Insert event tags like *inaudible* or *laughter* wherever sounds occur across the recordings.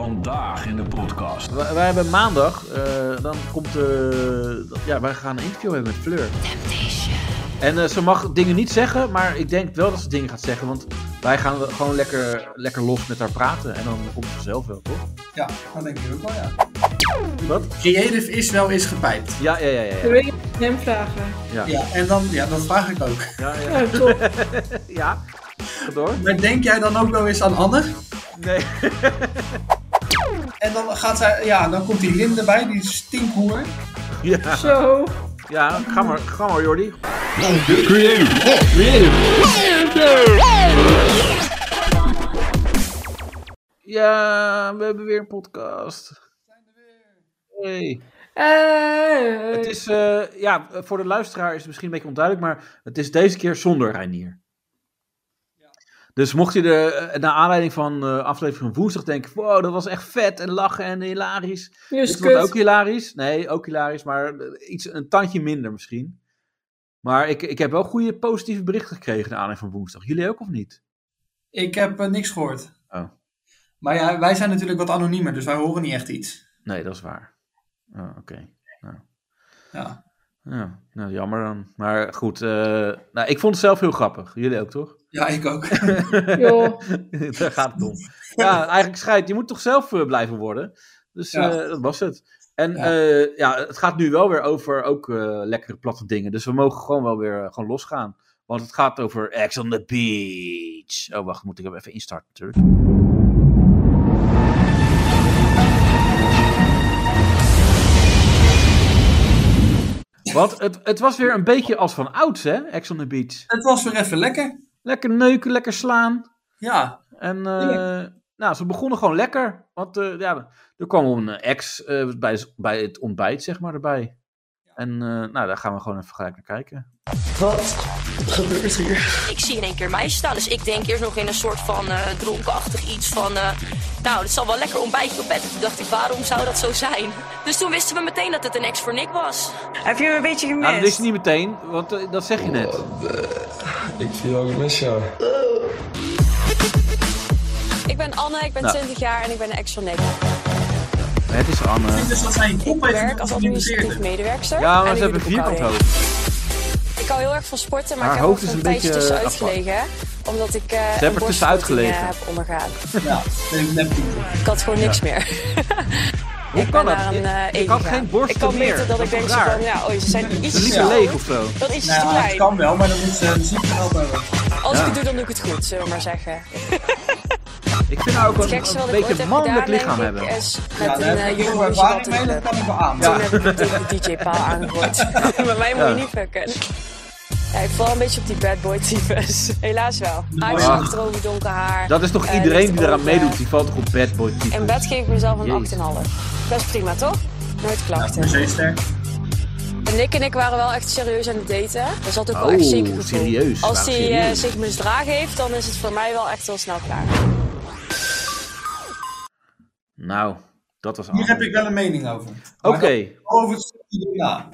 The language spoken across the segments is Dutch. Vandaag in de podcast. Wij, wij hebben maandag, eh, dan komt, eh, dat- ja, wij gaan een interview hebben met Fleur. En eh, ze mag dingen niet zeggen, maar ik denk wel dat ze dingen gaat zeggen, want wij gaan wel gewoon lekker, lekker los met haar praten en dan komt ze vanzelf wel, toch? Ja, dat denk ik ook wel, ja. Wat? Creative is wel eens gepijpt. Ja, ja, ja, ja. Dan ja. wil je hem vragen. Ja, ja, Ja, en dan, ja, dat vraag ik ook. ja. ja. Nou, top. *laughs* Ga door? Maar denk jij dan ook wel eens aan Anne? Nee. *laughs* En dan gaat zij, ja, dan komt die Lin erbij, die stinkhoer. Ja, Zo. ja ga, maar, ga maar, Jordi. Ja, we hebben weer een podcast. Hey. Eh, Het is, eh, ja, voor de luisteraar is het misschien een beetje onduidelijk, maar het is deze keer zonder Reinier. Dus mocht je de, eh, naar aanleiding van eh, aflevering van woensdag denken, wow, dat was echt vet en lachen en hilarisch. nu is Dit het wordt kut. ook hilarisch. Nee, ook hilarisch, maar eh, iets, een tandje minder misschien. Maar ik, ik heb wel goede positieve berichten gekregen naar aanleiding van woensdag. Jullie ook of niet? Ik heb eh, niks gehoord. Oh. Maar ja, wij zijn natuurlijk wat anoniemer, dus wij horen niet echt iets. Nee, dat is waar. Oh, Oké. Ja, Ja, nou, jammer dan. Maar goed, eh, nou, ik vond het zelf heel grappig. Jullie ook, toch? ja ik ook. *laughs* Joh. *laughs* Daar gaat het om. Ja, eigenlijk schijt. Je moet toch zelf eh, blijven worden. Dus Ja. eh, dat was het. En Ja. eh, ja, het gaat nu wel weer over ook eh, lekkere platte dingen. Dus we mogen gewoon wel weer eh, gewoon losgaan. Want het gaat over Ex on the Beach. Oh, wacht, moet ik hem even instarten natuurlijk. Want het, het was weer een beetje als van ouds, hè? Ex on the Beach. Het was weer even lekker. Lekker neuken, lekker slaan. Ja, En eh, nou, ze begonnen gewoon lekker. Want eh, ja, er kwam een eh, ex eh, bij, bij het ontbijt, zeg maar, erbij. En eh, nou, daar gaan we gewoon even gelijk naar kijken. Wat gebeurt hier? Ik zie in één keer meisjes staan, dus ik denk eerst nog in een soort van eh, dronkenachtig iets van... eh, nou, dat zal wel lekker ontbijtje op bed. Toen dacht ik, waarom zou dat zo zijn? Dus toen wisten we meteen dat het een ex voor Nick was. Heb je hem een beetje gemist? Nou, dat is niet meteen, want eh, dat zeg je net. Ik zie jou ook mis, ja. Ik ben Anne, ik ben Nou. 20 jaar en ik ben een ex van Nick. Het is Anne. dus dat zijn Ik kop werk even als geïnteresseerd administratief medewerkster. Ja, aan maar de ze hebben een huwelijke vierkant boekhouding. hoofd. Ik hou heel erg van sporten, maar Haar ik heb hoofd er is een een tijdje beetje, eh, tussenuit afgepakt. gelegen. Omdat ik eh er een tussenuit borstvoeding, eh, gelegen. heb ondergaan. Ja, ik heb Ik had gewoon niks meer. Hoe ik kan ben dat? naar een eh ik één had gegaan. geen borsten Ik kan meer. weten dat, Dat ik is denk raar. van, ja, oh, ze zijn Ze iets te liepen Ja. leeg of zo. Dat is te Nou, het klein. kan wel, maar dan moet ze een ziekenhuis hebben. Als ik het doe, dan doe ik het goed, zullen we maar zeggen. Ik vind haar ook Het een, gekste wat een ik ooit beetje heb een gedaan, mannelijk denk lichaam ik, eh, hebben. is Ja, met daar heb een eh, ik veel jonge muzikanten ervaring mee, dat kan ik wel aan. Toen heb ik hem tegen *laughs* de DJ-paal *laughs* aangegooid. Met mij moet je Ja. niet fucken. Ja, ik val een beetje op die bad boy types. *laughs* Helaas wel. Ach. Aardse droge donker haar. Dat is toch eh, iedereen lichte die eraan ogen. meedoet, die valt toch op bad boy type. In bed geef ik mezelf een Jezus. 8,5. Best prima, toch? Nooit klachten. Zeester. Nick en ik waren wel echt serieus aan het daten. Dat zat ook wel Oh, echt zeker gevoel. serieus. Als Waren hij eh, serieus. zich misdragen heeft, dan is het voor mij wel echt wel snel klaar. Nou, dat was Hier heb Anne. ik wel een mening over. Maar Oké, dat is Over het stukje hierna.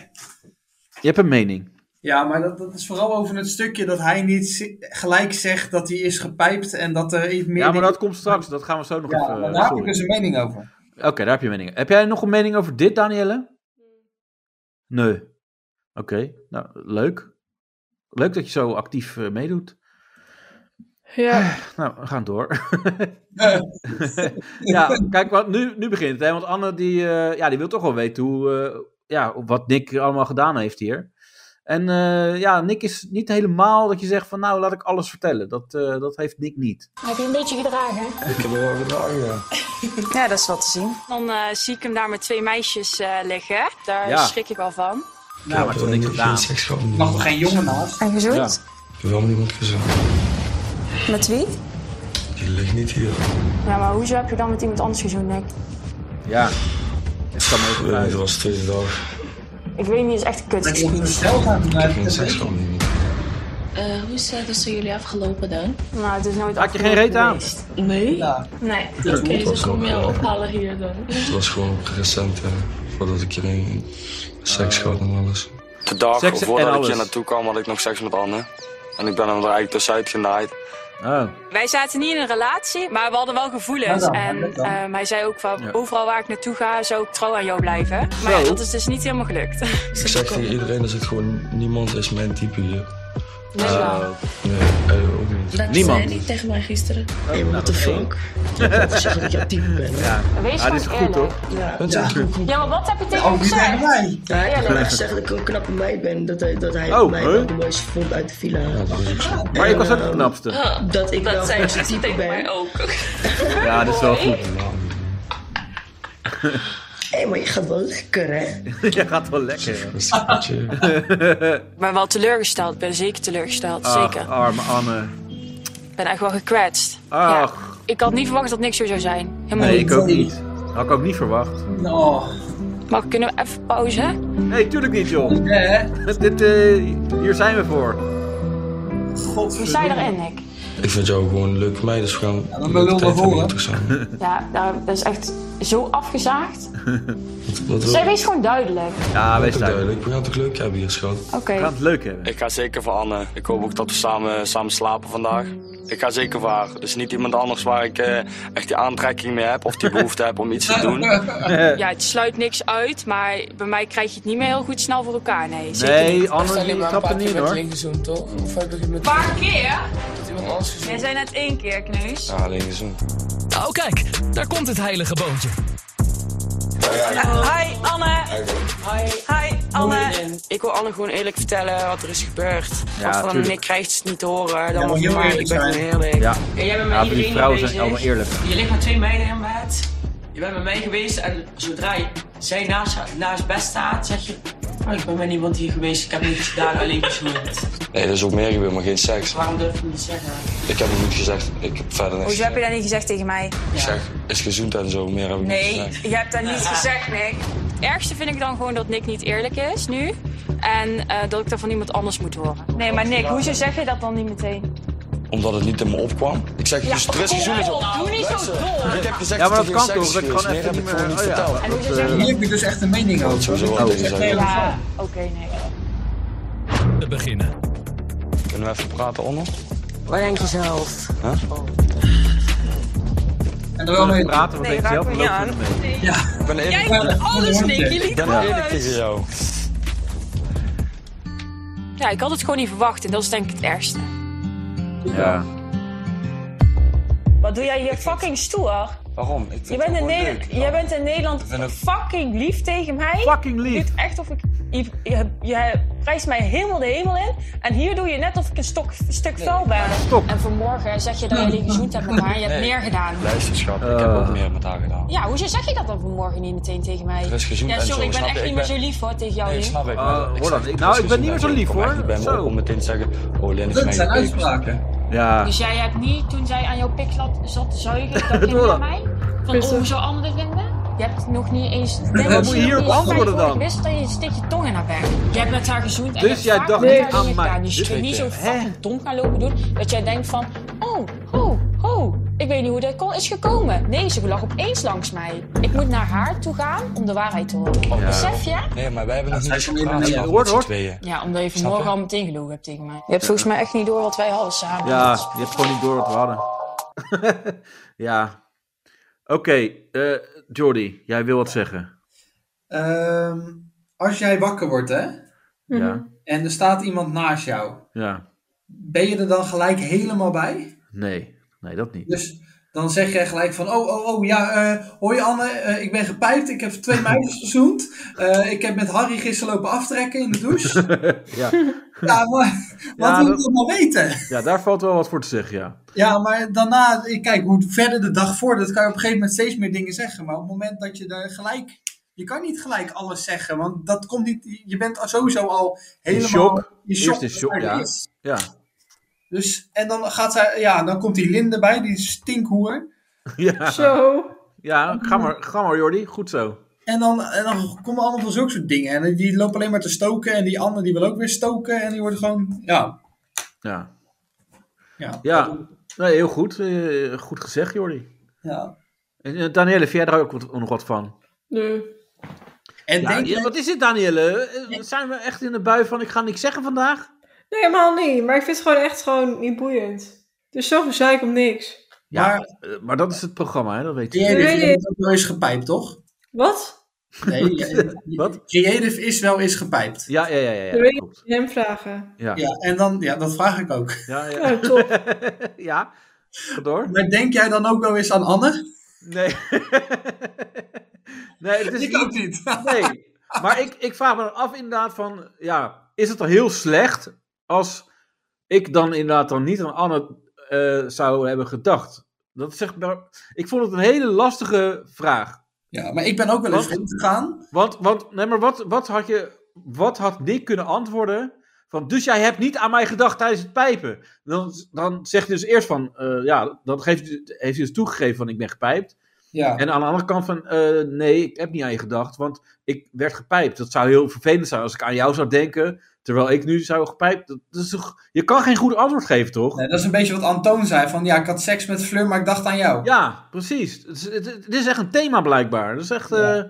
je hebt een mening. Ja, maar dat, dat is vooral over het stukje dat hij niet zi- gelijk zegt dat hij is gepijpt en dat er iets meer. Ja, maar dat dingen- komt straks. Dat gaan we zo nog Ja, even... eh, maar daar heb sorry. ik dus een mening over. Oké, daar heb je mening. Heb jij nog een mening over dit, Danielle? Nee. Oké, nou, leuk. Leuk dat je zo actief eh, meedoet. Ja. Nou, we *laughs* gaan door. ja, kijk, want nu, nu begint het, hè? Want Anne, die, eh, ja, die wil toch wel weten hoe, eh, ja, wat Nick allemaal gedaan heeft hier. En eh, ja, Nick is niet helemaal dat je zegt van, nou, laat ik alles vertellen. Dat, eh, dat heeft Nick niet. Ik heb er wel gedragen, ja. Ja, dat is wat te zien. Dan eh, zie ik hem daar met twee meisjes eh, liggen. Daar Ja. schrik ik wel van. Nou, maar toch niks gedaan. Geen seks gehad. Nog toch geen jongen naast. En Ja. gezoend? Ik heb wel met iemand gezocht. Met wie? Die ligt niet hier. Ja, maar hoezo heb je dan met iemand anders gezoend, Nick? Ja, het kan me ook Nee, uit. dat was de tweede dag. Ik weet niet, het is echt een Dat je op een kutexcuus. stel gaat Geen bedrijven. seks gehad met iemand. Eh, hoe is dat tussen jullie afgelopen dan? Nou, het is nooit Raak je geen afgelopen reet aan? geweest. Nee. Ja, Nee. Oké, dat dus kan kom je wel. ophalen hier dan. Het was gewoon recent, hè. Voordat ik hierheen ging. Seks gehad en alles. De dag Seks en voordat ik alles. hier naartoe kwam had ik nog seks met Anne. En ik ben hem er eigenlijk tussenuit genaaid. Oh. Wij zaten niet in een relatie, maar we hadden wel Nou gevoelens. dan, en dat dan. ehm, hij zei ook van, Ja. overal waar ik naartoe ga, zou ik trouw aan jou blijven. Maar ja, Zo. dat is dus niet helemaal gelukt. Ik zeg tegen iedereen dat het gewoon niemand is mijn type hier. Nee, maar- Nee, eh, ook niet. dat niemand. zei hij tegen mij gisteren. Nee, maar what the fuck? Je hebt ook gezegd dat ik jouw type ben. Ja, Wees ah, dit is gewoon goed eerlijk. hoor. Ja, Dat ja. is goed. Ja, maar wat heb je tegen Oh, hem niet tegen gezegd? mij. Ja, ik heb Eerlijk. gewoon gezegd dat ik een knappe meid ben. Dat hij, dat hij Oh, mij hè? wel de mooiste vond uit de villa. Ja, dat is ook zo. Maar ik was ook En, de ehm, knapste. Dat ik wel Dat zei gewoon ze zijn type tegen mij ben. ook. Ja, dit is wel goed. Hé, maar je gaat wel lekker, hè? Je gaat wel lekker. Dat is een beetje- Ik ben wel teleurgesteld, ik ben zeker teleurgesteld, Ach, zeker. arme Anne. Ik ben echt wel gekwetst. Ja, Ach, ik had niet verwacht dat niks zo zou zijn. Helemaal nee, niet. ik ook niet. Had ik ook niet verwacht. Oh, Maar kunnen we even pauze? Nee, tuurlijk niet joh. nee, hè? Dit, eh, hier zijn we voor. We Godverdomme. zijn erin, Nick. Ik vind jou gewoon een leuke meid, dus we gaan dan ben je wel naar voren. samen. Ja, daar- dat is echt zo afgezaagd. Dat Zij wil wees gewoon duidelijk. Ja, wees ik daar. duidelijk. We gaan het ook leuk hebben hier, schat. Oké. We gaan het leuk hebben. Ik ga zeker voor Anne. Ik hoop ook dat we samen, samen slapen vandaag. Ik ga zeker voor haar. Dus niet iemand anders waar ik eh, echt die aantrekking mee heb of *laughs* die behoefte heb om iets te doen. Ja, het sluit niks uit, maar bij mij krijg je het niet meer heel goed snel voor elkaar, nee. Zeker niet. Nee, Echt Anne, alleen die maar een trapt paar er keer niet in, met hoor. Link gezoend, toch? Of heb ik het met Paar keer? iemand anders gezoend? Jij zei net één keer, Kneus. Ja, alleen zo. Oh, kijk, daar komt het heilige boontje. Hi, Anne. Hi, Anne. Ik wil Anne gewoon eerlijk vertellen wat er is gebeurd. Ja, Wat van tuurlijk. Nick krijgt het niet te horen. Ja, Dan heel moet maar, eerlijk ik zijn. ben gewoon eerlijk. Ja, En jij bent met ja die iedereen dus vrouwen zijn bezig. allemaal eerlijk. Je ligt met twee meiden in bed. Je bent met mij geweest en zodra je- zij naast, naast bed staat, zeg je... Oh, ik ben met niemand hier geweest, ik heb niets *laughs* gedaan, alleen gesmoord. Nee, er is ook meer gebeurd, maar geen seks. Waarom durf je niet zeggen? Ik heb het niet gezegd. Ik heb verder Oh, niks Hoezo heb je gezegd. dat niet gezegd tegen mij? Ik zeg, is gezoend en zo, meer heb ik niet Nee, gezegd. je hebt dat niet gezegd, Nick. Het ergste vind ik dan gewoon dat Nick niet eerlijk is nu. En eh, dat ik dat van iemand anders moet horen. Nee, maar Nick, hoezo zeg je dat dan niet meteen? Omdat het niet in me opkwam. Ik zeg, dus er is gezoend en zo. Oh, Doe niet zo dol. Ik heb gezegd Ja, maar dat dat er kan geen toch? seks Dat ik geweest. gewoon Meer echt heb niet ik meer... gewoon niet Oh ja, verteld. dat, hoezo zeg je eh, Hier heb je dus echt een mening over. Sowieso Dat wel is echt tegen Oh, heel zeggen. erg. Ja, oké, Nick. Te beginnen. Kunnen we even praten, Onno? Wat denk je zelf? En dan wel mee. praten wat Nee, tegen raak zelf me en niet loopt het mee. Ik ben eerlijk, Dus Alles niks. ik ben eerlijk tegen jou. Ja, ik had het gewoon niet verwacht en dat is denk ik het ergste. Ja. Wat doe jij hier fucking stoer? Waarom? Ik vind Je het bent, in gewoon Nederland- leuk. jij bent in Nederland vind het- fucking lief tegen mij. Fucking Je lief. doet echt of ik... Je, je, je prijst mij helemaal de hemel in. En hier doe je net of ik een stok, stuk vuil ben. En vanmorgen zeg je dat jullie gezoend hebben met haar en je hebt meer gedaan. Luister, schat, ik heb Eh. ook meer met haar gedaan. Ja, hoezo zeg je dat dan vanmorgen niet meteen tegen mij? Er is gezoend Ja, en zo, sorry, ik ben snap echt je? niet Ik meer zo ben- lief hoor tegen jou. Nee, ik Nick. snap ik. Ah, maar ik zeg, hoor dan. er is Nou, ik ben gezoend niet meer zo en lief, Ik kom echt hoor. niet bij me Zo. op om meteen te zeggen, oh, Lin is Dat mijn zijn baby, uitspraken. snap je? Ja. Dus jij hebt niet, toen zij aan jouw pik zat, zat te *laughs* zuigen, dat ging Doe naar dat. mij? Van, oh, Pissen. hoezo anderen vinden? Je hebt nog niet eens... Nee, moet je hierop antwoorden dan? Ik wist dat je een stukje tong in haar weg. Je hebt met haar gezoend en Dus je hebt jij vaak dacht met niet haar aan dingen mij. gedaan. Dus je Dit kunt niet zo weet je. fucking dom gaan lopen doen, dat jij denkt van... Oh, ho, ho, ik weet niet hoe dat kon- is gekomen. Nee, ze lag opeens langs mij. Ik moet naar haar toe gaan om de waarheid te horen. Oh, Besef je? Nee, maar wij hebben nog niet zij eens komen gepraat, hier schat, naar- Hoort, met z'n hoort. tweeën. Ja, omdat je je? vanmorgen al meteen gelogen hebt tegen mij. Je hebt volgens mij echt niet door wat wij hadden samen. Ja, je hebt gewoon niet door wat we hadden. *laughs* ja. Oké, eh, Jordi, jij wil wat zeggen. Ehm, als jij wakker wordt, hè, Mhm. Ja. en er staat iemand naast jou, Ja. ben je er dan gelijk helemaal bij? Nee. Nee, dat niet. Dus dan zeg jij gelijk van, oh, oh, oh, ja, eh hoi Anne, eh, ik ben gepijpt, ik heb *laughs* twee meisjes gezoend, eh, ik heb met Harry gisteren lopen aftrekken in de douche. *laughs* Ja. ja, maar wat Ja, wil je dat- allemaal weten? ja, daar valt wel wat voor te zeggen, ja. Ja, maar daarna, eh, kijk, hoe verder de dag vordert, kan je op een gegeven moment steeds meer dingen zeggen. Maar op het moment dat je daar gelijk, je kan niet gelijk alles zeggen, want dat komt niet, je bent sowieso al helemaal shock. in Eerst in dat shock, hij er ja. is. Ja. *laughs* Dus, en dan gaat zij, ja, dan komt die Linde bij, die stinkhoer. Ja, Zo. ja ga, maar, ga maar, Jordi. Goed zo. En dan, en dan komen allemaal van zulke soort dingen. En die lopen alleen maar te stoken. En die ander die wil ook weer stoken. En die wordt gewoon, ja. Ja. Ja. Ja. Nee, heel goed. Eh, goed gezegd, Jordi. ja. En, eh, Danielle, vind jij daar ook wat- nog wat van? Nee. En Ja, denk, ja, wat is dit, Danielle? Eh, Zijn we echt in de bui van ik ga niks zeggen vandaag? Nee, helemaal niet. Maar ik vind het gewoon echt gewoon niet boeiend. Dus zo gezeik om niks. Ja, maar, Eh, maar dat is het programma, hè? dat weet je. Creative Nee, nee. is ook wel eens gepijpt, toch? Wat? Nee, *laughs* Wat? Creative is wel eens gepijpt. Ja, ja, ja. ja, Dan ja. wil je hem vragen. Ja. en dan, ja, dat vraag ik ook. *laughs* Ja, ja. Nou, top. *laughs* ja. Ga door. Maar denk jij dan ook wel eens aan Anne? Nee. *laughs* nee het is ik ook niet. nee. Maar ik, ik vraag me dan af inderdaad van, ja, is het dan heel slecht als ik dan inderdaad dan niet aan Anne eh, zou hebben gedacht? Dat zeg maar, ik vond het een hele lastige vreemd. Ja, maar ik ben ook wel eens vreemd gegaan. Want, want, nee, maar wat, wat had je, wat had Nick kunnen antwoorden? Van, dus jij hebt niet aan mij gedacht tijdens het pijpen. Dan, dan zegt hij dus eerst van, eh, ja, dan geeft, hij- heeft hij dus toegegeven van ik ben gepijpt. Ja. En aan de andere kant van, eh, nee, ik heb niet aan je gedacht, want ik werd gepijpt. Dat zou heel vervelend zijn als ik aan jou zou denken, terwijl ik nu zou gepijpt. Dat, dat is toch, je kan geen goed antwoord geven, toch? Nee, dat is een beetje wat Antoon zei, van ja, ik had seks met Fleur, maar ik dacht aan jou. Ja, precies. Het, is- het, het is echt een thema blijkbaar. Dat is echt, eh,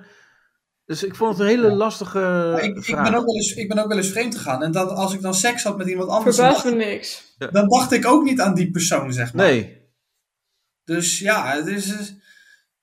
dus ik vond het een hele lastige Ik, ik, vraag. ben ook wel eens, ik ben ook wel eens vreemd gegaan. En dat, als ik dan seks had met iemand anders, dan Verbaast dacht, me niks. dan dacht ik ook niet aan die persoon, zeg maar. Nee. Dus ja, het is... eh,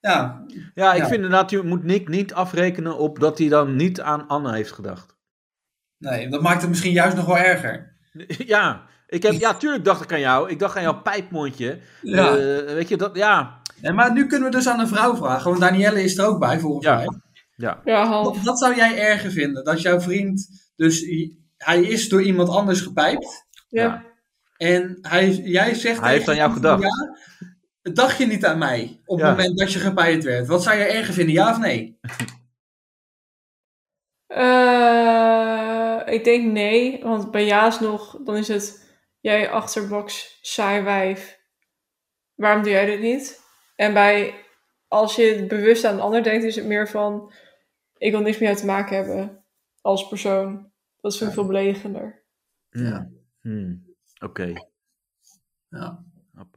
Ja, Ja, ik Ja. vind inderdaad, je moet Nick niet afrekenen op dat hij dan niet aan Anne heeft gedacht. *laughs* nee, dat maakt het misschien juist nog wel erger. Ja, ik heb, ja, tuurlijk dacht ik aan jou. Ik dacht aan jouw pijpmondje. Ja. Eh, weet je, dat, ja. En maar nu kunnen we dus aan een vrouw vragen. Want Danielle is er ook bij, volgens mij. Ja. Ja, half. Wat, wat zou jij erger vinden? Dat jouw vriend, dus i- hij is door iemand anders gepijpt. Ja. En hij, jij zegt... Hij heeft tegen aan jou hem, gedacht. Ja, dacht je niet aan mij op het Ja. moment dat je gepijpt werd? Wat zou jij erger vinden, ja of nee? Eh, ik denk nee, want bij Jaas nog, dan is het jij achterbox saai wijf. Waarom doe jij dit niet? En bij als je het bewust aan een ander denkt, is het meer van ik wil niks meer te maken hebben als persoon. Dat vind ik veel belegender. Ja. Hmm, Oké. Ja.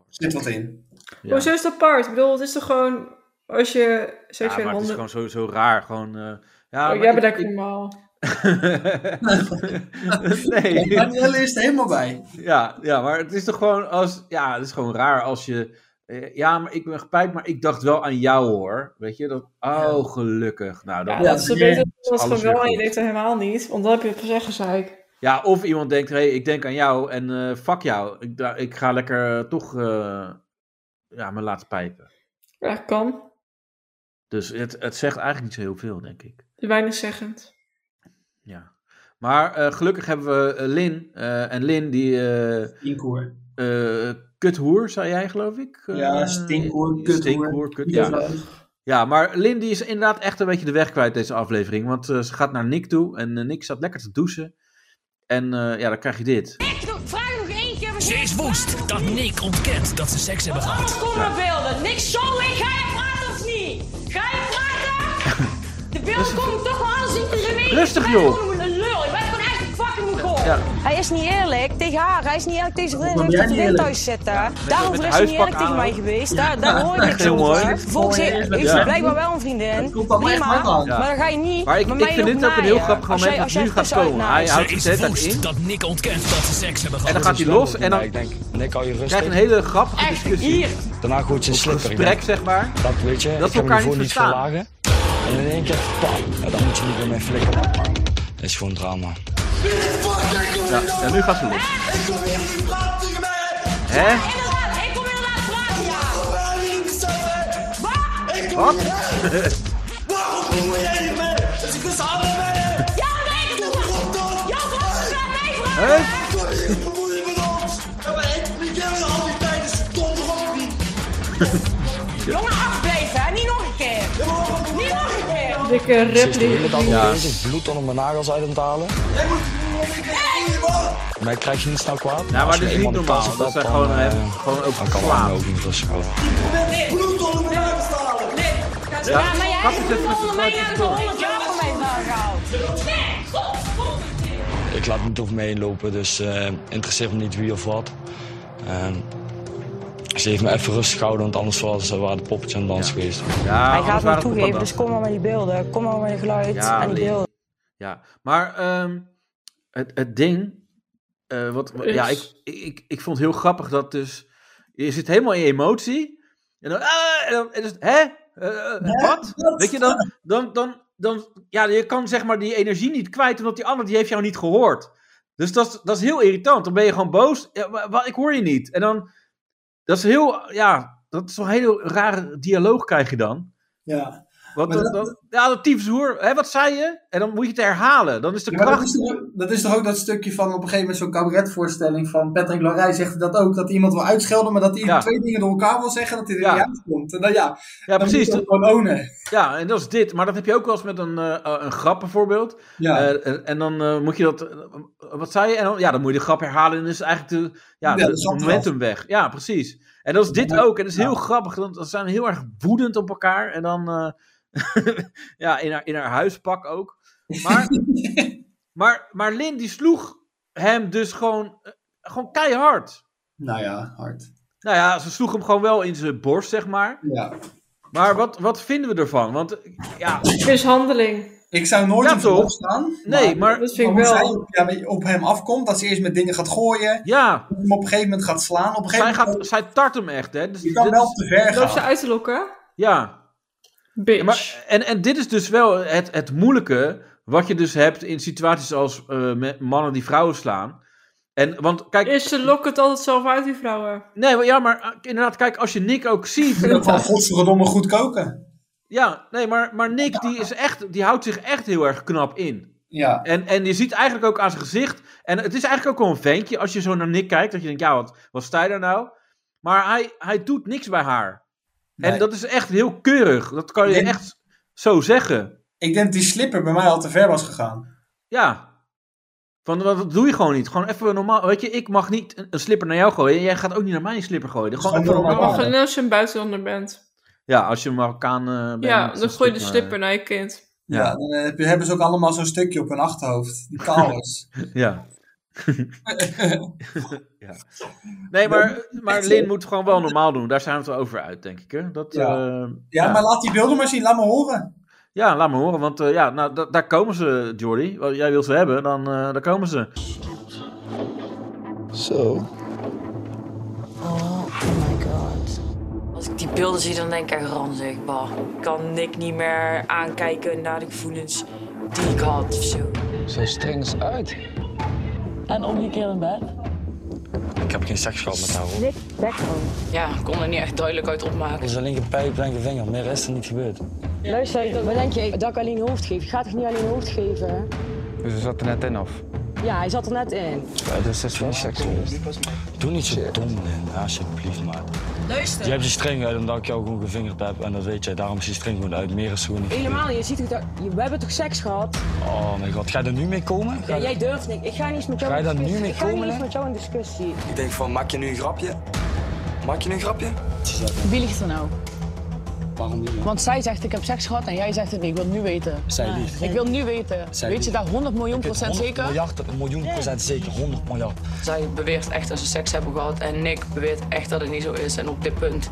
Zit wat in. Ja. Hoezo is dat apart? Ik bedoel, het is toch gewoon als je Ja, seksuele maar het is handen... gewoon sowieso raar. Gewoon, eh, ja, maar oh, jij ik- bent lekker normaal. *laughs* Nee. Danielle is er helemaal bij. Ja, ja, maar het is toch gewoon als. Ja, het is gewoon raar als je. eh, Ja, maar ik ben gepijpt, maar ik dacht wel aan jou hoor. Weet je dat? Oh, gelukkig. Nou, dan Ja, dat is dan beter dan alles als gewoon weer wel en je goed. denkt er helemaal niet. Want dan heb je het pas echt gezeik. Ja, of iemand denkt: hé, hey, ik denk aan jou en eh fuck jou. Ik, da- ik ga lekker eh, toch eh, ja, me laten pijpen. Ja, kan. Dus het, het zegt eigenlijk niet zo heel veel, denk ik. Weinigzeggend. Ja. Maar eh, gelukkig hebben we eh, Lin. eh, en Lin die. eh, Stinkhoer. eh, kuthoer, zei jij, geloof ik? Ja, Eh, stinkhoer, kuthoer. stinkhoer, kut- ja. ja, maar Lin die is inderdaad echt een beetje de weg kwijt deze aflevering. Want eh, ze gaat naar Nick toe en eh, Nick staat lekker te douchen. En eh, ja, dan krijg je dit. Vraag nog één keer. Ze is woest dat Nick ontkent dat ze seks hebben Anders gehad. komen er beelden. Niks zo, ik ga je praten of niet? Ga je praten? *laughs* De beelden komen toch wel anders in te bewegen. Rustig, Ik ben joh. gewoon een lul. Ik ben gewoon echt een fucking goal. Ja. Hij is niet eerlijk tegen haar. Hij is niet eerlijk tegen zijn vriendin. Maar Hij ben heeft zijn jij vriend niet thuis zitten. met Daarover een is hij niet huispak eerlijk tegen aan mij ook. geweest. Daar, daar hoor ik niks Heel mooi. over. Volgens Mooi, heeft ja. hij blijkbaar wel een vriendin. komt allemaal echt hard aan. Maar dan ga je niet Maar ik, met ik mij vind dit lopen ook een heel naaien. grappig Als jij- moment dat als jij nu even gaat komen. Ah, Hij uitnaait. houdt zich Ze is de hele tijd in. woest dat Nick ontkent dat ze seks hebben En gehad. dan gaat hij los en dan Ik denk, Nick, hou je rustig. krijg je een hele grappige Echt, discussie. hier. Daarna gooit je een slipper. in. Gesprek, zeg maar. Dat weet je, we ik heb elkaar hem voor niet niet verstaan. verlagen. En in één keer, pam, ja, dan moet je niet meer mee flikken. Dat is gewoon drama. Ja, ja, nu gaat ze los. Hè? Inderdaad, ik kom inderdaad praten, ja. Wat? Ja, nee, doe maar. Ja, wat? Ja, nee, vraag. Hè? Jongen, afblijven, hè. Niet nog een keer. Niet nog een keer. Dikke Ze is de hele rip dag Ja. nog bezig bloed onder mijn nagels uit aan het halen. Maar ik krijg je niet snel kwaad. Ja, Als maar dit me is niet eenmaal de kans normaal. Dat op hebt, zijn dan, gewoon, eh, hè, gewoon ook Dan kan ik me geslaagd. ook niet rustig houden. Ja, maar jij Kap eens hebt een even met onder z'n mij vijftig hebt door. 100 jaar van mij gehaald. Nee, godverdomme. Ik laat niet over me heen lopen, dus eh interesseert me niet wie of wat. Ehm, ze heeft me even rustig gehouden, want anders was ze waren de poppetje aan het dansen geweest. Ja, Hij anders gaat waren niet het toegeven, poppendansen. dus kom maar met die beelden. Kom maar met je geluid Ja, en die Lin. beelden. Ja, maar ehm, het, het ding. eh, wat, wat- ja, Is- ik, ik, ik vond het heel grappig dat dus. Je zit helemaal in je emotie. En dan, ah, en dan en dus, hè? Eh, eh, wat? Weet je, dan, dan, dan, dan, ja, je kan zeg maar die energie niet kwijt, omdat die ander, die heeft jou niet gehoord. Dus dat is, dat is heel irritant. Dan ben je gewoon boos. Ja, wa- wa- ik hoor je niet. En dan, dat is heel, ja, dat is een hele rare dialoog krijg je dan. Ja. Wat, Maar dat, dat- dat- ja, dat tyfus hoer, hè, wat zei je? En dan moet je het herhalen. Dan is de Ja, maar dat, is kracht... toch, dat is toch ook dat stukje van op een gegeven moment zo'n cabaretvoorstelling van Patrick Larij zegt dat ook, dat iemand wil uitschelden, maar dat hij Ja. twee dingen door elkaar wil zeggen, dat hij er Ja. niet uitkomt. En dan, ja, Ja, dan precies. Moet je dat gewoon ownen. Ja, en dat is dit. Maar dat heb je ook wel eens met een, eh, eh, een grap bijvoorbeeld. Ja. Eh, en, en dan eh, moet je dat... eh, wat zei je? En dan, ja, dan moet je de grap herhalen. En dan is eigenlijk de, ja, Ja, dat de- zat het er momentum weg. Ja, precies. En dat is dit ook. En dat is heel grappig. Want ze zijn heel erg woedend op elkaar. En dan... eh, *laughs* ja, in haar, in haar huispak ook. *laughs* Maar, maar, maar Lin die sloeg hem dus gewoon, eh, gewoon keihard. Nou ja, hard. Nou ja, ze sloeg hem gewoon wel in zijn borst, zeg maar. Ja. Maar wat, wat vinden we ervan? Want ja, Mishandeling. Ik zou nooit Ja, op zijn toch? kop staan. Nee, maar- Dat vind ik hoe wel. zij op, ja, maar op hem afkomt, dat ze eerst met dingen gaat gooien, ja. dat ze hem op een gegeven moment gaat slaan. Op een gegeven Zij, moment, gaat, zij tart hem echt, hè? Dus je kan dit wel is- te ver Loopt ze gaan. uit te lokken? Ja. Bitch. Ja, maar, en, en dit is dus wel het, het moeilijke wat je dus hebt in situaties als eh, me- mannen die vrouwen slaan. En, want kijk, Is ze lokken het altijd zelf uit, die vrouwen? nee, maar- ja, maar eh, inderdaad, kijk, als je Nick ook *laughs* ziet. En dan van godverdomme goed koken. ja, nee, maar, maar Nick die, is echt, die houdt zich echt heel erg knap in. Ja. En, en je ziet eigenlijk ook aan zijn gezicht. En het is eigenlijk ook wel een ventje als je zo naar Nick kijkt. Dat je denkt, ja, wat, wat sta je daar nou? Maar hij, hij doet niks bij haar. En Nee. dat is echt heel keurig. Dat kan je Nee. echt zo zeggen. Ik denk dat die slipper bij mij al te ver was gegaan. Ja. Van, wat- dat doe je gewoon niet. Gewoon even normaal. Weet je, ik mag niet een, een slipper naar jou gooien. En jij gaat ook niet naar mij een slipper gooien. Gewoon Gewoon even normaal. normaal. Alleen als je een buitenlander bent. Ja, als je een Marokkaan eh, bent. ja, met dan een gooi je de slipper naar je kind. Ja. Ja, dan eh, heb je- hebben ze ook allemaal zo'n stukje op hun achterhoofd. Die kaal is. *laughs* Ja. ja. Nee, maar, maar Lin moet gewoon wel normaal doen. Daar zijn we het wel over uit, denk ik. Hè? Dat, Ja. eh, ja, maar laat die beelden maar zien. Laat me horen. ja, laat me horen. Want eh, ja, nou, da- daar komen ze, Jordi. Wat jij wil ze hebben, dan eh, daar komen ze. Zo. Oh my god. Als ik die beelden zie, dan denk ik echt ranzig. Bah, ik kan Nick niet meer aankijken naar de gevoelens die ik had of zo. Zo streng is uit. En omgekeerd in bed. Ik heb geen seks gehad met haar hoor. Nick, Ja, ik kon er niet echt duidelijk uit opmaken. Er is alleen gepijpt en gevinger. Meer is er niet gebeurd. Luister, wat denk je dat ik alleen hoofd geef? Je gaat toch niet alleen hoofd geven? Dus ze zat er net in af. Ja, hij zat er net in. Ja, dus is geen seks geweest. Doe niet zo dom, Lin. Alsjeblieft, maat. Luister. Je hebt je streng uit omdat ik jou gewoon gevingerd heb. En dat weet jij. Daarom is je streng gewoon uit. Meer is gewoon niet gebeurd. Helemaal niet. Je ziet het, we hebben toch seks gehad? Oh mijn god. Ga je er nu mee komen? Ga Ja, je- jij durft niet. Ik ga niet eens met jou Ga je in daar nu discussie. mee Ik ga niet komen, eens hè? met jou in discussie. Ik denk van, maak je nu een grapje? Maak je nu een grapje? Wie ligt er nou? Waarom niet? Want zij zegt ik heb seks gehad en jij zegt het niet. Ik wil het nu weten. Zij liegt. Ik wil nu weten. Zij Weet je liegt. daar 100 miljoen Ik weet procent 100 zeker? Miljard, een miljoen procent zeker. 100 miljard. Zij beweert echt dat ze seks hebben gehad en Nick beweert echt dat het niet zo is. En op dit punt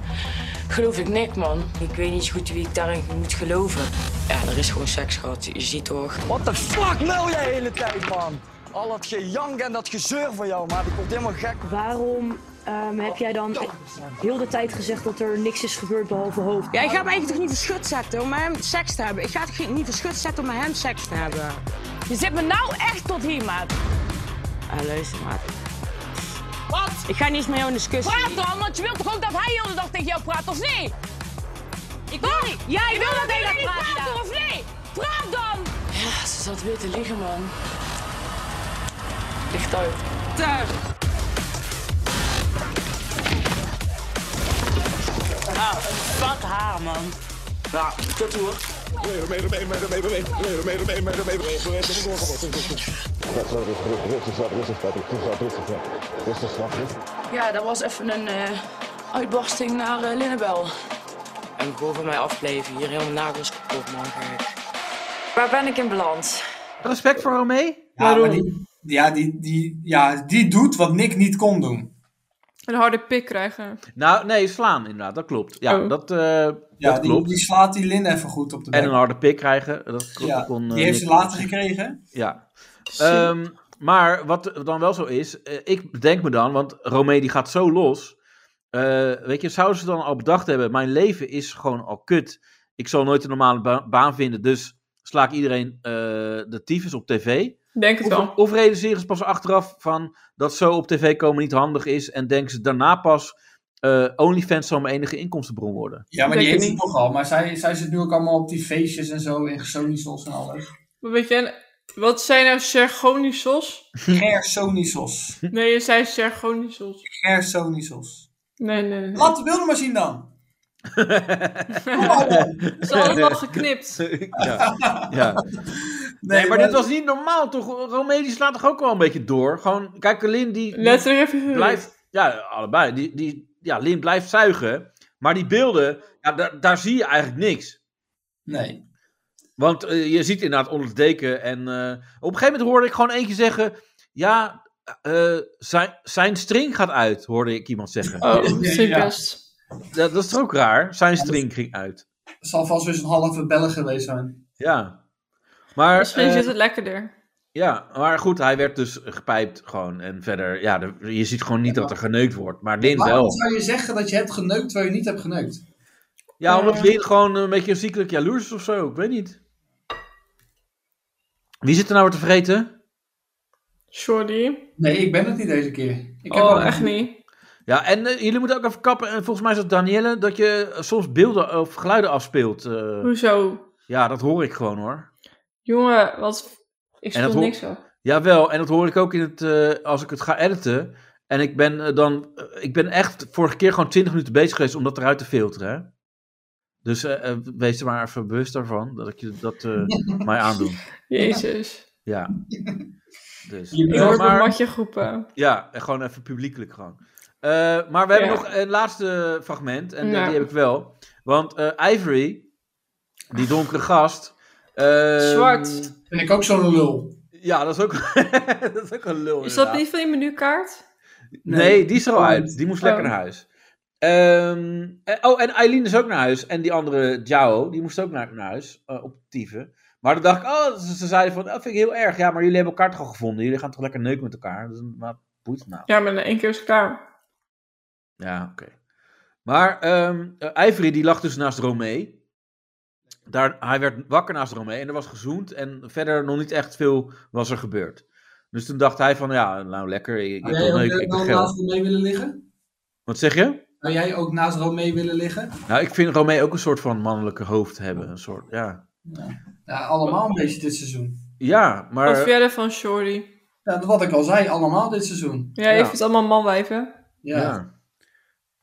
geloof ik Nick, man. Ik weet niet zo goed wie ik daarin moet geloven. Ja, er is gewoon seks gehad, je ziet toch. What the fuck mel jij de hele tijd, man? Al dat gejank en dat gezeur van jou, maar ik word helemaal gek. Waarom ehm, heb jij dan heel de tijd gezegd dat er niks is gebeurd behalve hoofd? Ja, ik ga mij toch niet verschut zetten om met hem seks te hebben? Ik ga het niet verschut zetten om met hem seks te hebben. Je zit me nou echt tot hier, maat. Ah, luister maar. Wat? Ik ga niet eens met jou in discussie. Praat dan, want je wilt toch ook dat hij heel de dag tegen jou praat, of nee? Ik wil niet. Ja, je ik wil wil dat dat hij hij niet dat praat, praat, ja. of nee? Praat dan! Ja, ze zat weer te liggen, man. Licht uit. Ah, fuck haar, man. Nou, tot hoor. Ja, dat was even een eh, uitbarsting naar eh, Linnebel. En boven mij afbleven, hier helemaal nagels kapot, man. Gek. Waar ben ik in beland? Respect voor Romee. Ja, maar die, ja, die, die, ja, die doet wat Nick niet kon doen. Een harde pik krijgen. Nou, nee, slaan inderdaad. Dat klopt. Ja, Oh. dat, eh, Ja, dat die, klopt. die slaat die Lin even goed op de bek. En een harde pik krijgen. Dat klopt. ja, dat kon, eh, die heeft ze Nick later gekregen. Ja. Shit. Ehm, maar wat er dan wel zo is, eh, ik bedenk me dan, want Romee die gaat zo los. eh, weet je, zouden ze dan al bedacht hebben: mijn leven is gewoon al kut. Ik zal nooit een normale ba- baan vinden, dus sla ik iedereen eh, de tyfus op tv. Denk het of, wel. Of realiseren ze pas achteraf van dat zo op tv komen niet handig is en denken ze daarna pas: eh, OnlyFans zal mijn enige inkomstenbron worden. *laughs* Ja, maar die heeft het toch al. Maar zij, zij zit nu ook allemaal op die feestjes en zo in Gersonisos en *laughs* alles. Maar Weet je, wat zijn nou Sergonisos? Gersonisos. Nee, je zei Sergonisos. Gersonisos. Nee, nee, nee. Laat de beelden maar zien dan. Is allemaal *laughs* geknipt. Ja, ja. Nee, maar, maar- dit was niet normaal toch? Romee die slaat toch ook wel een beetje door? Gewoon, kijk, Lin die, die Letterlijk even blijft... Ja, allebei. Die, die, ja, Lin blijft zuigen. Maar die beelden, ja, daar, daar zie je eigenlijk niks. Nee. Want eh, je ziet inderdaad onder het deken. En eh, op een gegeven moment hoorde ik gewoon eentje zeggen... Ja, eh, zijn, zijn string gaat uit, hoorde ik iemand zeggen. Oh, zie best. Dat, dat is toch ook raar? Zijn string ging uit. zal vast dus een halve bellen geweest zijn. Ja. Maar, Misschien eh, zit het lekkerder. Ja, maar goed, hij werd dus gepijpt gewoon. En verder, ja, de- je ziet gewoon niet dat er geneukt wordt. Maar Lin Waarom wel. zou je zeggen dat je hebt geneukt terwijl je niet hebt geneukt? Ja, omdat Lin gewoon een beetje ziekelijk jaloers is of zo. Ik weet niet. Wie zit er nou weer te vreten? Sorry. Nee, ik ben het niet deze keer. Ik heb Oh, ook- echt niet. Ja, en eh, jullie moeten ook even kappen. En volgens mij is dat Danielle dat je eh, soms beelden of geluiden afspeelt. eh. Hoezo? ja, dat hoor ik gewoon hoor. Jongen, wat... Ik En dat speel hoor- niks op. Jawel, en dat hoor ik ook in het, eh, als ik het ga editen. En ik ben eh, dan, eh, ik ben echt vorige keer gewoon 20 minuten bezig geweest om dat eruit te filteren. hè. Dus eh, eh, wees er maar even bewust daarvan dat ik je dat eh, mij aandoe. Jezus. Ja. Dus. Ik eh, hoor bij maar- matje groepen. ja, en gewoon even publiekelijk gewoon. Eh, maar we hebben Ja. nog een laatste fragment. En eh, Ja. die heb ik wel. Want eh, Ivory, die donkere gast. eh, Zwart. Vind ik ook zo'n lul. Ja, dat is ook, *laughs* dat is ook een lul. Is dat inderdaad. niet van je menukaart? Nee, die is er al uit. Die moest Oh. lekker naar huis. Ehm, en- oh, en Eileen is ook naar huis. En die andere, Jao, die moest ook naar, naar huis. eh, op Tieven. Maar dan dacht ik, oh, ze, ze zeiden van, dat vind ik heel erg. Ja, maar jullie hebben elkaar toch al gevonden. Jullie gaan toch lekker neuken met elkaar. Dus wat boeit het nou? Ja, maar in één keer is het klaar. Ja, oké. Maar ehm eh, Ivory, die lag dus naast Romee. Daar, hij werd wakker naast Romee en er was gezoend. En verder nog niet echt veel was er gebeurd. Dus toen dacht hij van, ja, nou lekker. Ik, ik Zou wil jij ook neuken, eh, ik wel heb naast geld. Romee willen liggen? Wat zeg je? Zou jij ook naast Romee willen liggen? Nou, ik vind Romee ook een soort van mannelijke hoofd hebben. Een soort, ja. Ja, allemaal een beetje dit seizoen. Ja, Wat vind maar... jij ervan, sorry? Ja, dat wat ik al zei, allemaal dit seizoen. Ja, je vindt allemaal manwijven. Ja.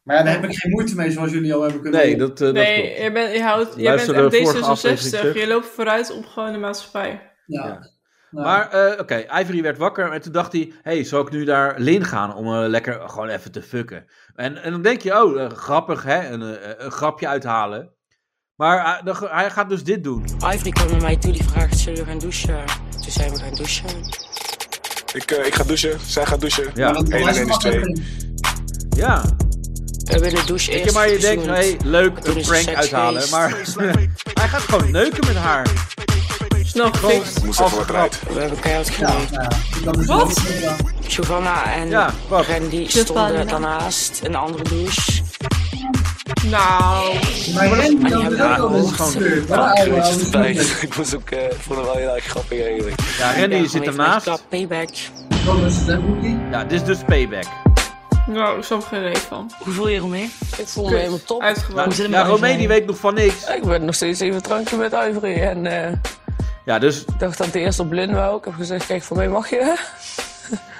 Maar ja, daar heb ik geen moeite mee, zoals jullie al hebben kunnen Nee, horen. dat, eh, dat nee, klopt. je, bent je, houdt, je Luister bent de vorige MD66. aflevering Je loopt vooruit op gewoon de maatschappij. Ja. Nou. Maar, eh, oké, Ivory werd wakker en toen dacht hij... hey, zal ik nu naar Lin gaan om eh, lekker gewoon even te fucken? En, en dan denk je, oh, eh, grappig, hè? Een, eh, een grapje uithalen. Maar eh, dan ga- hij gaat dus dit doen. Ivory kwam naar mij toe, die vraagt, zullen we gaan douchen? Toen zijn we gaan douchen. Ik, eh, ik ga douchen, zij gaat douchen. Ja. Eén en één nou? is twee. Ja. We hebben de douche Ik eerst heb maar je denkt, gezoend. hey, leuk, Toen een is prank seks uithalen. geweest. Maar *laughs* hij gaat gewoon neuken met Oh, haar. Snel gefixt. Moest even wat eruit. We hebben keihard geneukt. Wat? Giovanna en Ja, Randy Giovanna. stonden daarnaast een andere douche. Nou. Maar Randy dan Ja, wel dat wel is een gewoon- sleur. Ja, Waar ik weet het ouwe, ouwe, niet. *laughs* Ik was ook, eh, ik vond het wel heel erg grappig eigenlijk. Ja, Randy zit ernaast. Payback. Ja, dit is dus payback. Nou, ik snap geen reet van. Hoe voel je eromheen? Ik voel Kut. me helemaal top. Uitgewassen. Hoe zit het Nou, Ja, met Romee Ivory? die weet nog van niks. Ik ben nog steeds even drankje met Ivory. En eh, Ja, dus, ik dacht dat de eerste op blind wou. Ik heb gezegd, kijk, voor mij mag je.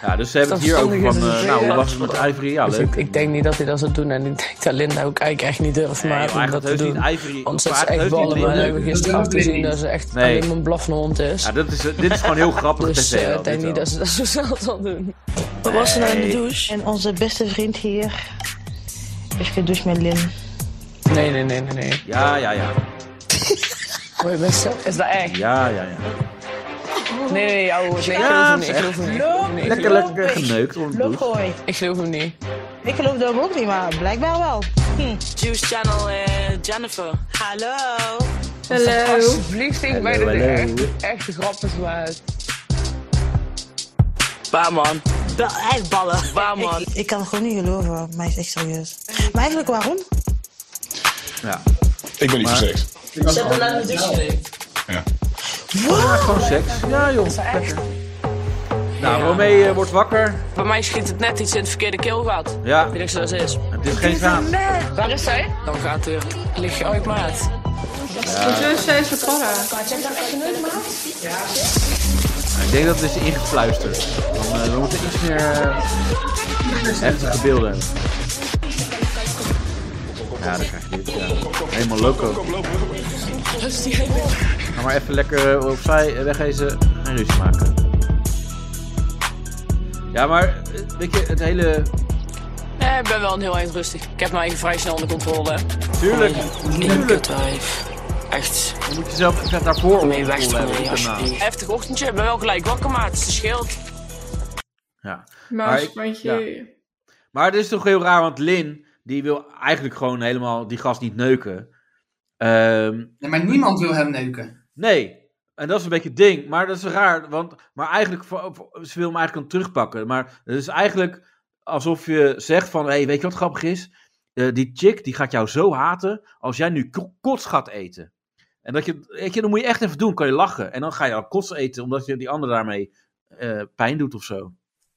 ja, dus ze hebben het hier over Verstandig van... is het eh, nou, hoe weer. was het met Ivory? Ja, Dus leuk. ik, ik denk niet dat hij dat zou doen. En ik denk dat Linda ook eigenlijk echt niet durft Nee, maar joh, om hij dat gaat te heus doen. niet Ivory... Want het is of hij gaat echt heus niet ballen. We Lin hebben neuken. gisteren Dat te doet hij zien niet. dat ze echt Nee. alleen maar een blaffende hond is. Ja, dat is, dit is gewoon heel grappig dus tv. eh, al, ik denk niet dit wel. dat ze dat zo snel zal doen. Wat was er nou in de Nee. douche? En onze beste vriend hier is gedoucht met Lin. Nee, nee, nee, nee. nee. Ja, ja, ja. Oh, je bent zo... Is dat echt? Ja, ja, ja. Nee, nee, ouwe. Nee, ik Ja, geloof hem het niet. is Ik geloof hem echt niet. loop- Nee, ik Lekker, geloof- lekker geneukt onder de douche. Loopgooi. Ik geloof hem niet. Ik geloof dat ook niet, maar blijkbaar wel. Hm. Juice Channel, eh, Jennifer. Hallo. Zeg Alsjeblieft tegen mij Hallo, dat dit hallo. echt, echt grappig was. Waar man? Hij is ballen. Waar man? Ik, ik kan het gewoon niet geloven, maar hij is echt serieus. Maar eigenlijk waarom? Ja. Ik ben niet voor seks. Zet hem naar de douche. Ja, gewoon seks. Ja joh, lekker. Nou, Romee eh, wordt wakker. Bij mij schiet het net iets in het verkeerde keelgat. Ja. Weet ik zo dat is. Het is geen zwaan. Waar is hij? Dan gaat er lichtje uit maat. Ja. zijn ze para. Had jij dat echt leuk maat? Ja. Ik denk dat het is ingefluisterd. Dan, eh, we moeten iets meer eh, heftige beelden hebben. Ja, dan krijg je dit. Ja. Helemaal loco. Ga maar even lekker eh, opzij eh, wegwezen. Geen ruzie maken. Ja, maar eh, weet je, het hele... Eh, Nee, ik ben wel een heel eind rustig. Ik heb mijn eigen vrij snel onder controle. Tuurlijk, tuurlijk. Echt. Je moet jezelf even daarvoor Mee weg onder te controle gooien, hebben, daarna. alsjeblieft. Heftig ochtendje, ik ben wel gelijk wakker maat. Het is de schild. Ja. Maar ik- want ja. je... Maar het is toch heel raar, want Lin, die wil eigenlijk gewoon helemaal die gast niet neuken. Ehm, Nee, maar niemand wil hem neuken. Nee, en dat is een beetje het ding. Maar dat is raar, want maar eigenlijk, vo- vo- ze wil hem eigenlijk dan terugpakken. Maar het is eigenlijk alsof je zegt van, hey, weet je wat grappig is? Eh, die chick, die gaat jou zo haten als jij nu ko- kots gaat eten. En dat je, weet je, dan moet je echt even doen, kan je lachen. En dan ga je al kots eten, omdat je die ander daarmee eh, pijn doet of zo.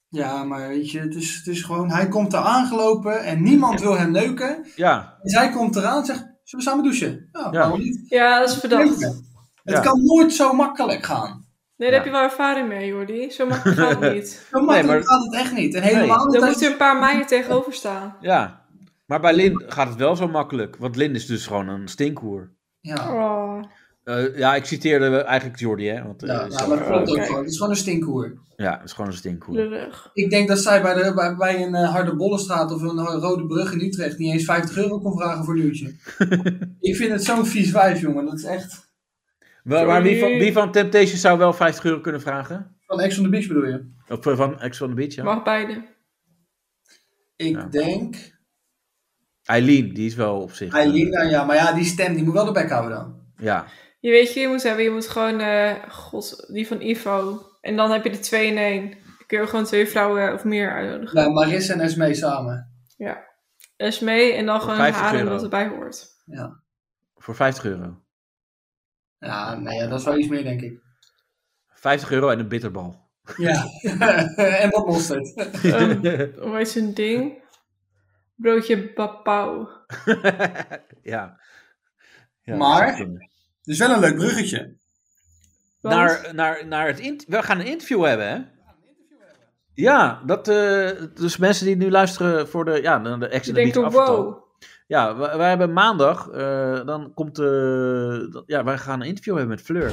Ja, maar weet je, het is, het is gewoon, hij komt er aangelopen en niemand wil hem neuken. Ja, En zij komt eraan en zegt, zullen we samen douchen? Ja, waarom niet? Ja, dat is verdacht. Neuken. Het Ja. kan nooit zo makkelijk gaan. Nee, daar heb je wel ervaring mee, Jordi. *laughs* Zo makkelijk gaat het niet. Zo makkelijk gaat het echt niet. En helemaal Dan niet. moeten er een paar meiden tegenover staan. ja. Maar bij Lin gaat het wel zo makkelijk. Want Lin is dus gewoon een stinkhoer. Ja. Oh. Eh, ja, ik citeerde eigenlijk Jordi, hè? Want, eh, Ja, is ja, nou, ook- maar dat klopt ook Kijk. gewoon. Het is gewoon een stinkhoer. ja, het is gewoon een stinkhoer. Lullig. Ik denk dat zij bij, de, bij, bij een eh, harde bollenstraat of een rode brug in Utrecht niet eens 50 euro kon vragen voor een *laughs* uurtje. ik vind het zo'n vies wijf, jongen. Dat is echt Maar, maar wie, van, Jordi. wie van Temptation zou wel 50 euro kunnen vragen? van Ex on the Beach bedoel je? Of eh, van Ex on the Beach, ja. Mag beide. Ik denk Eileen, die is wel op zich. eh, Eileen dan, ja. Maar ja, die stem, die moet wel de bek houden dan. ja. Je weet je, je moet hebben. Je moet gewoon, eh, god, die van Ivo. En dan heb je de twee in één. Dan kun je gewoon twee vrouwen eh, of meer uitnodigen. Ja, Maris en Esmee samen. Ja. Esmee en dan gewoon 50 Harem euro. wat erbij hoort. Ja. Voor 50 euro. Ja, nou ja, dat is wel iets meer, denk ik. 50 euro en een bitterbal. *laughs* Ja. *laughs* en wat mosterd. Ehm, *laughs* hoe heet zo'n ding? Broodje bapau. ja. ja Maar- dat zou kunnen. Dus wel een leuk bruggetje. Want- Naar, naar, naar het int- We gaan een interview hebben, hè? Ja, dat, eh, dus mensen die nu luisteren voor de, ja, de de Ex Je on the denkt, Beach oh, aftal. wow. Ja, wij, wij hebben maandag, eh, dan komt, eh, dat- ja, wij gaan een interview hebben met Fleur.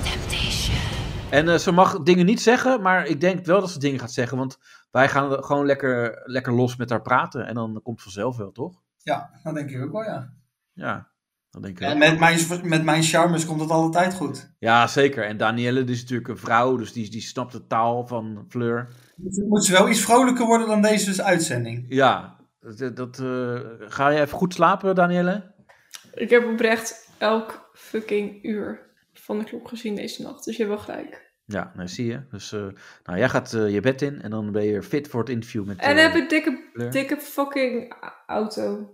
En eh, ze mag dingen niet zeggen, maar ik denk wel dat ze dingen gaat zeggen, want wij gaan gewoon lekker, lekker los met haar praten en dan komt vanzelf wel, toch? Ja, dat denk ik ook wel, ja. Ja, dat denk ik wel. En met mijn, met mijn charmes komt het altijd goed. Ja, zeker. En Danielle die is natuurlijk een vrouw, dus die, die snapt de taal van Fleur. Moet ze wel iets vrolijker worden dan deze dus uitzending. Ja, dat, dat, eh, ga je even goed slapen, Danielle? Ik heb oprecht elk fucking uur van de klok gezien deze nacht. Dus je hebt wel gelijk. Ja, nou zie je. Dus eh, nou, jij gaat eh, je bed in en dan ben je weer fit voor het interview met En eh, heb een dikke, kleur. dikke fucking a- auto.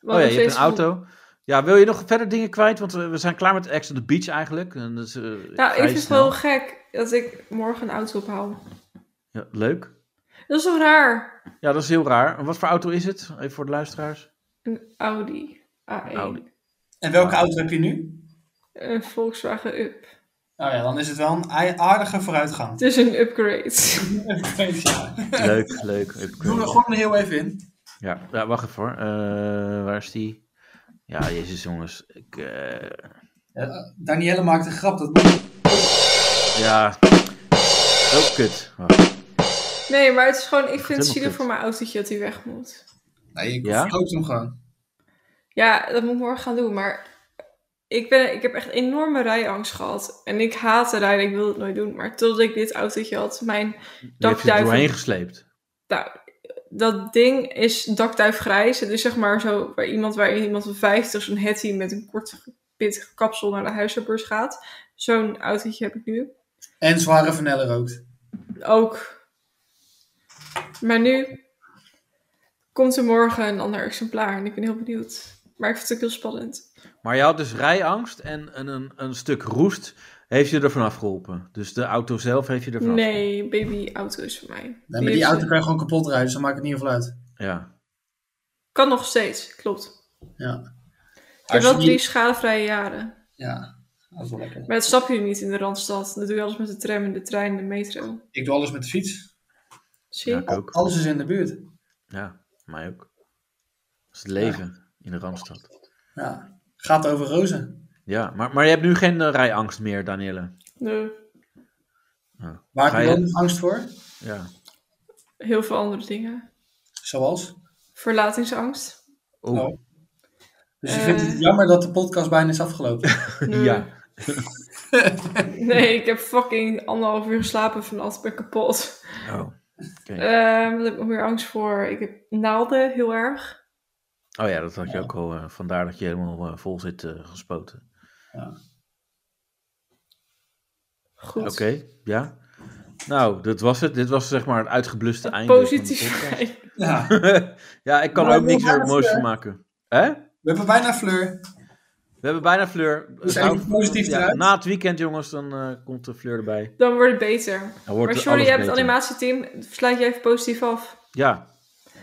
Wat Oh ja, nog je hebt steeds een goed- auto. Ja, wil je nog verder dingen kwijt? Want eh, we we zijn klaar met Ex on the Beach eigenlijk. En dat is, eh, Nou, vrij ik vind het snel. wel gek dat ik morgen een auto ophaal. Ja, leuk. Dat is toch raar? Ja, dat is heel raar. En wat voor auto is het? Even voor de luisteraars. Een Audi A1. Audi. En welke auto heb je nu? Een Volkswagen Up. Nou ja, dan is het wel een ai- aardige vooruitgang. Het is een upgrade. *laughs* *laughs* Leuk, leuk. Doe Upgrade. er gewoon heel even in. Ja, ja, wacht even hoor. Eh, waar is die? Ja, jezus jongens. Ik, eh, Ja, Danielle maakt een grap, dat moet ja. Ook kut. Wacht. Nee, maar het is gewoon, ik vind het helemaal zielig kut. voor mijn autootje dat hij weg moet. Nee, ik Ja? verkoop hem gewoon. Ja, dat moet ik morgen gaan doen, maar ik, ben, ik heb echt enorme rijangst gehad. En ik haat rijden, ik wil het nooit doen. Maar totdat ik dit autootje had, mijn Die heeft je er dakduif... doorheen gesleept. Nou, dat ding is dakduifgrijs. Het is zeg maar zo waar iemand, waar iemand van 50 zo'n hetty met een kort pittig kapsel naar de huisarts gaat. Zo'n autootje heb ik nu. En zware vanellen rookt. Ook. Maar nu komt er morgen een ander exemplaar en ik ben heel benieuwd. Maar ik vind het ook heel spannend. Maar je had dus rijangst en een, een, een stuk roest heeft je er vanaf geholpen. Dus de auto zelf heeft je er vanaf Nee, baby auto is voor mij. Nee, Die maar die heeft auto ze- kan je gewoon kapot rijden, dus dan maakt het niet heel veel uit. Ja. Kan nog steeds, klopt. Ja. Ik heb Als wel je drie niet- schadevrije jaren. Ja, dat is wel lekker. Maar dat snap je niet in de Randstad. Dan doe je alles met de tram en de trein en de metro. Ik doe alles met de fiets. Zie je? Alles is in de buurt. Ja, mij ook. Dat is het leven in de Randstad. Ja. Gaat over rozen. Ja, maar, maar je hebt nu geen eh, rijangst meer, Danielle. Nee, Ja. Waar Ga heb je je- dan angst voor? Ja. heel veel andere dingen. Zoals? Verlatingsangst. *laughs* Oh. Dus je Eh. vindt het jammer dat de podcast bijna is afgelopen? Ja. Nee, ik heb fucking anderhalf uur geslapen vannacht. Ik ben kapot. Oh. Ehm, wat heb ik nog meer angst voor? Ik heb naalden heel erg. Oh ja, dat had je ook al. eh, vandaar dat je helemaal eh, vol zit eh, gespoten. Goed. Oké, ja. Nou, dat was het. Dit was zeg maar het uitgebluste einde. Positief Van de zijn. podcast. *laughs* ja. ik kan Maar er ook we niks meer hebben moois bijna van Fleur. maken. Hè? We hebben bijna Fleur. We hebben bijna Fleur. We zijn Nou, niet positief ja, eruit. Na het weekend, jongens, dan eh, komt de Fleur erbij. *laughs* Dan wordt het beter. wordt maar het sorry, alles jij hebt het beter. animatieteam. Sluit jij even positief af. Ja.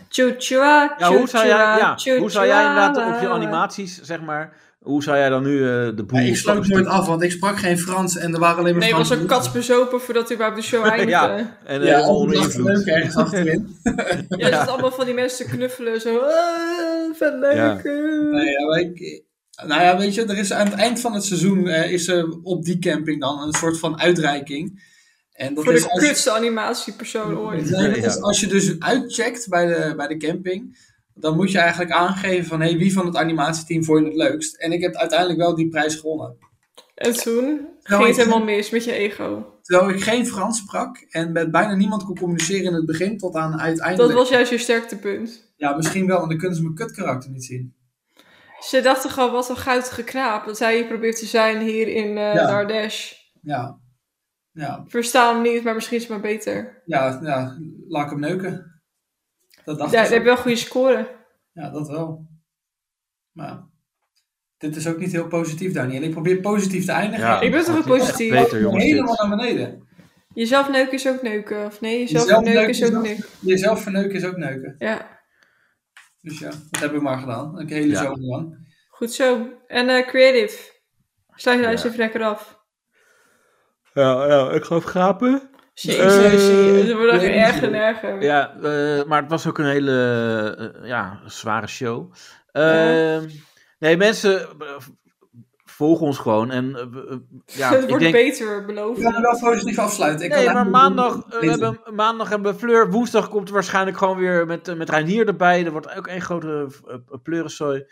Tjoetjoa, Ja, hoe zou jij, ja, tjoetjoa, hoe zou jij inderdaad op je tjoetjoa. animaties, zeg maar, hoe zou jij dan nu eh, de boel... ik sloot nooit af, want ik sprak geen Frans en er waren alleen maar Nee, was Franse een boeken. katsbezopen voordat u überhaupt de *laughs* show eindigde. Ja, en Ja, eh dat al dacht invloed. ik ook ergens achterin. Ja, er zitten allemaal van die mensen te knuffelen. Zo, ah, vet leuk. eh. Nee, ja, maar ik- nou ja, weet je, er is aan het eind van het seizoen eh, is er op die camping dan een soort van uitreiking. En dat Voor is de als- kutste animatiepersoon ooit. Nee, dat is als je dus uitcheckt bij de, bij de camping, dan moet je eigenlijk aangeven van hey, wie van het animatieteam vond je het leukst. En ik heb uiteindelijk wel die prijs gewonnen. En toen ging Nou, het ik- helemaal mis met je ego. Terwijl ik geen Frans sprak en met bijna niemand kon communiceren in het begin tot aan uiteindelijk. Dat was juist je sterktepunt. Ja, misschien wel, want dan kunnen ze mijn kutkarakter niet zien. Ze dachten gewoon, wat een guitige knaap. Dat hij hier probeert te zijn hier in eh Ja. Nardesh. Ja. Ja, Verstaan hem niet, maar misschien is het maar beter. ja, ja laat ik hem neuken. Dat dacht Ja, ik. je hebt wel goede scoren. Ja, dat wel. Maar dit is ook niet heel positief, Daniel. Ik probeer positief te eindigen. Ja, Ik ben toch dat ook is echt positief? Beter, jongens, dit. Helemaal naar beneden. Jezelf neuken is ook neuken. Of nee, jezelf, Jezelf neuken, neuken is ook is ook- neuken. Jezelf verneuken is ook neuken. Ja, Dus ja, dat hebben we maar gedaan. Een hele Ja. zomer lang. goed zo. En eh, creative. Sluit je eens even lekker af. Ja, ja, ik geloof grapen. Jezus, Eh, het wordt ook eh, erger en erger. Ja, eh, maar het was ook een hele eh, ja, zware show. Ja. Ehm, Nee, mensen, eh, volg ons gewoon. En, eh, eh, ja, *laughs* het ik wordt denk- beter, beloof We ik. gaan er wel positief afsluiten. Ik Nee, kan maar eigenlijk maandag, eh, we beter. hebben, maandag hebben we Fleur. Woensdag komt er waarschijnlijk gewoon weer met, eh, met Reinier erbij. Er wordt ook één grote eh, eh, pleurenzooi.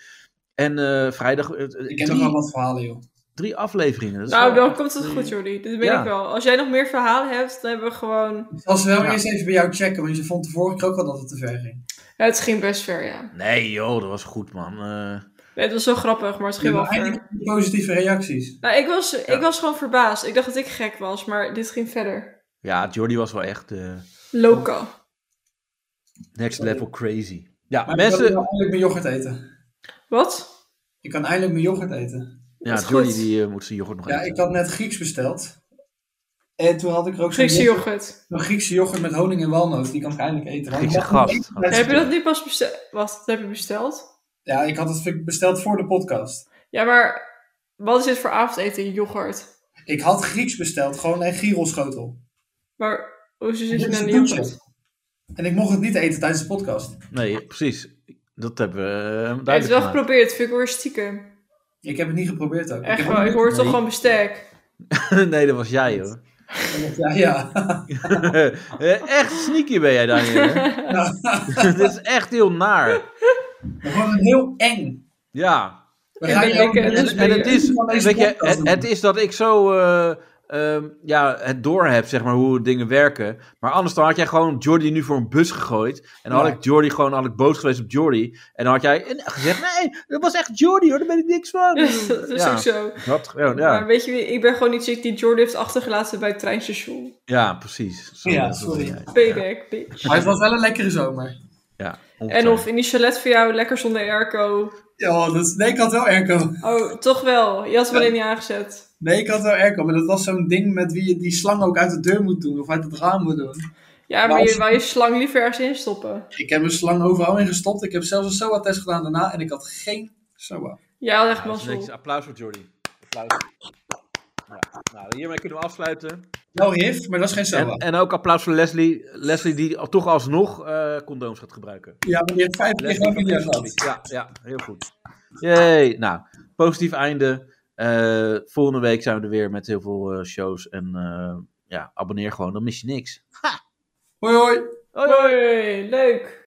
En eh, vrijdag... eh, eh, Ik heb nog wel drie, wat verhalen, joh. drie afleveringen. Dat is Nou, wel- dan komt het goed, Jordi. Dat weet Ja. ik wel. Als jij nog meer verhalen hebt, dan hebben we gewoon... Als we wel Ja. eerst even bij jou checken, want je vond de vorige keer ook al dat het te ver ging. Ja, het ging best ver, ja. Nee joh, dat was goed man. Eh, Nee, het was zo grappig, maar het ging Ja, wel maar ver. eindelijk positieve reacties. Nou, ik was, ik was gewoon verbaasd. Ik dacht dat ik gek was, maar dit ging verder. ja, Jordi was wel echt eh, Loco. next level crazy. Ja, Maar ik mensen... kan eindelijk mijn yoghurt eten. Wat? Ik kan eindelijk mijn yoghurt eten. Ja, is goed. Jordi die, eh, moet zijn yoghurt nog Ja, eten. ik had net Grieks besteld. En toen had ik er ook zo'n Griekse yoghurt. Een Griekse yoghurt met honing en walnoot, die kan ik eindelijk eten. Want Griekse ik mocht gast. niet eten. Heb je dat nu pas besteld? Wat? Dat heb je besteld? Ja, ik had het besteld voor de podcast. Ja, maar wat is dit voor avondeten? Yoghurt. Ik had Grieks besteld, gewoon een gyroschotel. Maar hoe zit Dit het is in een een toetje. yoghurt? En ik mocht het niet eten tijdens de podcast. Nee, precies. Dat hebben we eh, Ik heb het duidelijk wel gemaakt. geprobeerd, vind ik wel weer stiekem. Ik heb het niet geprobeerd ook. Echt heb wel, ook ik hoor het Nee. toch gewoon bestek. *laughs* nee, dat was jij hoor. *laughs* niet- Ja, ja. *laughs* Eh, echt sneaky ben jij, Daniel. *laughs* hè? *laughs* Dit is echt heel naar. We worden heel eng. Ja. We En gaan ben jou- ik, eh, En, dus en het, is, Van deze weet je, podcast het, het is dat ik zo eh, ehm, ja, het doorhebt, zeg maar, hoe dingen werken. Maar anders dan had jij gewoon Jordi nu voor een bus gegooid. En dan Ja. had ik Jordi gewoon had ik boos geweest op Jordi. En dan had jij en gezegd, nee, dat was echt Jordi hoor, daar ben ik niks van. dat is Ja, ook zo. Dat, ja, ja. Maar weet je, wie- ik ben gewoon niet chick die Jordi heeft achtergelaten bij het treinstation. Ja, precies. Zo Ja, dat is het. sorry. Payback, bitch. Maar het was wel een lekkere zomer. Ja, En of in die chalet voor jou lekker zonder airco. Ja, dat, nee, ik had wel airco. Oh, toch wel. Je had het alleen niet aangezet. Nee, ik had wel airco, maar dat was zo'n ding met wie je die slang ook uit de deur moet doen of uit het raam moet doen. Ja, maar Nou, je wou je slang liever ergens instoppen. Ik heb een slang overal in gestopt. Ik heb zelfs een SOA-test gedaan daarna en ik had geen SOA. Ja, had echt Ja, dat is mazzel. niks. Applaus voor Jordi. Applaus. Ja, nou, hiermee kunnen we afsluiten. Wel hif, Nou, maar dat is geen SOA. En, en ook applaus voor Leslie. Leslie die al- toch alsnog eh, condooms gaat gebruiken. Ja, maar die heeft vijf keer Leslie gewoon van video Kingston. gehad. Ja, ja, heel goed. Yay. Nou, positief einde. Eh, volgende week zijn we er weer met heel veel eh, shows. En eh, ja, abonneer gewoon, dan mis je niks. Hoi hoi! Hoi, leuk.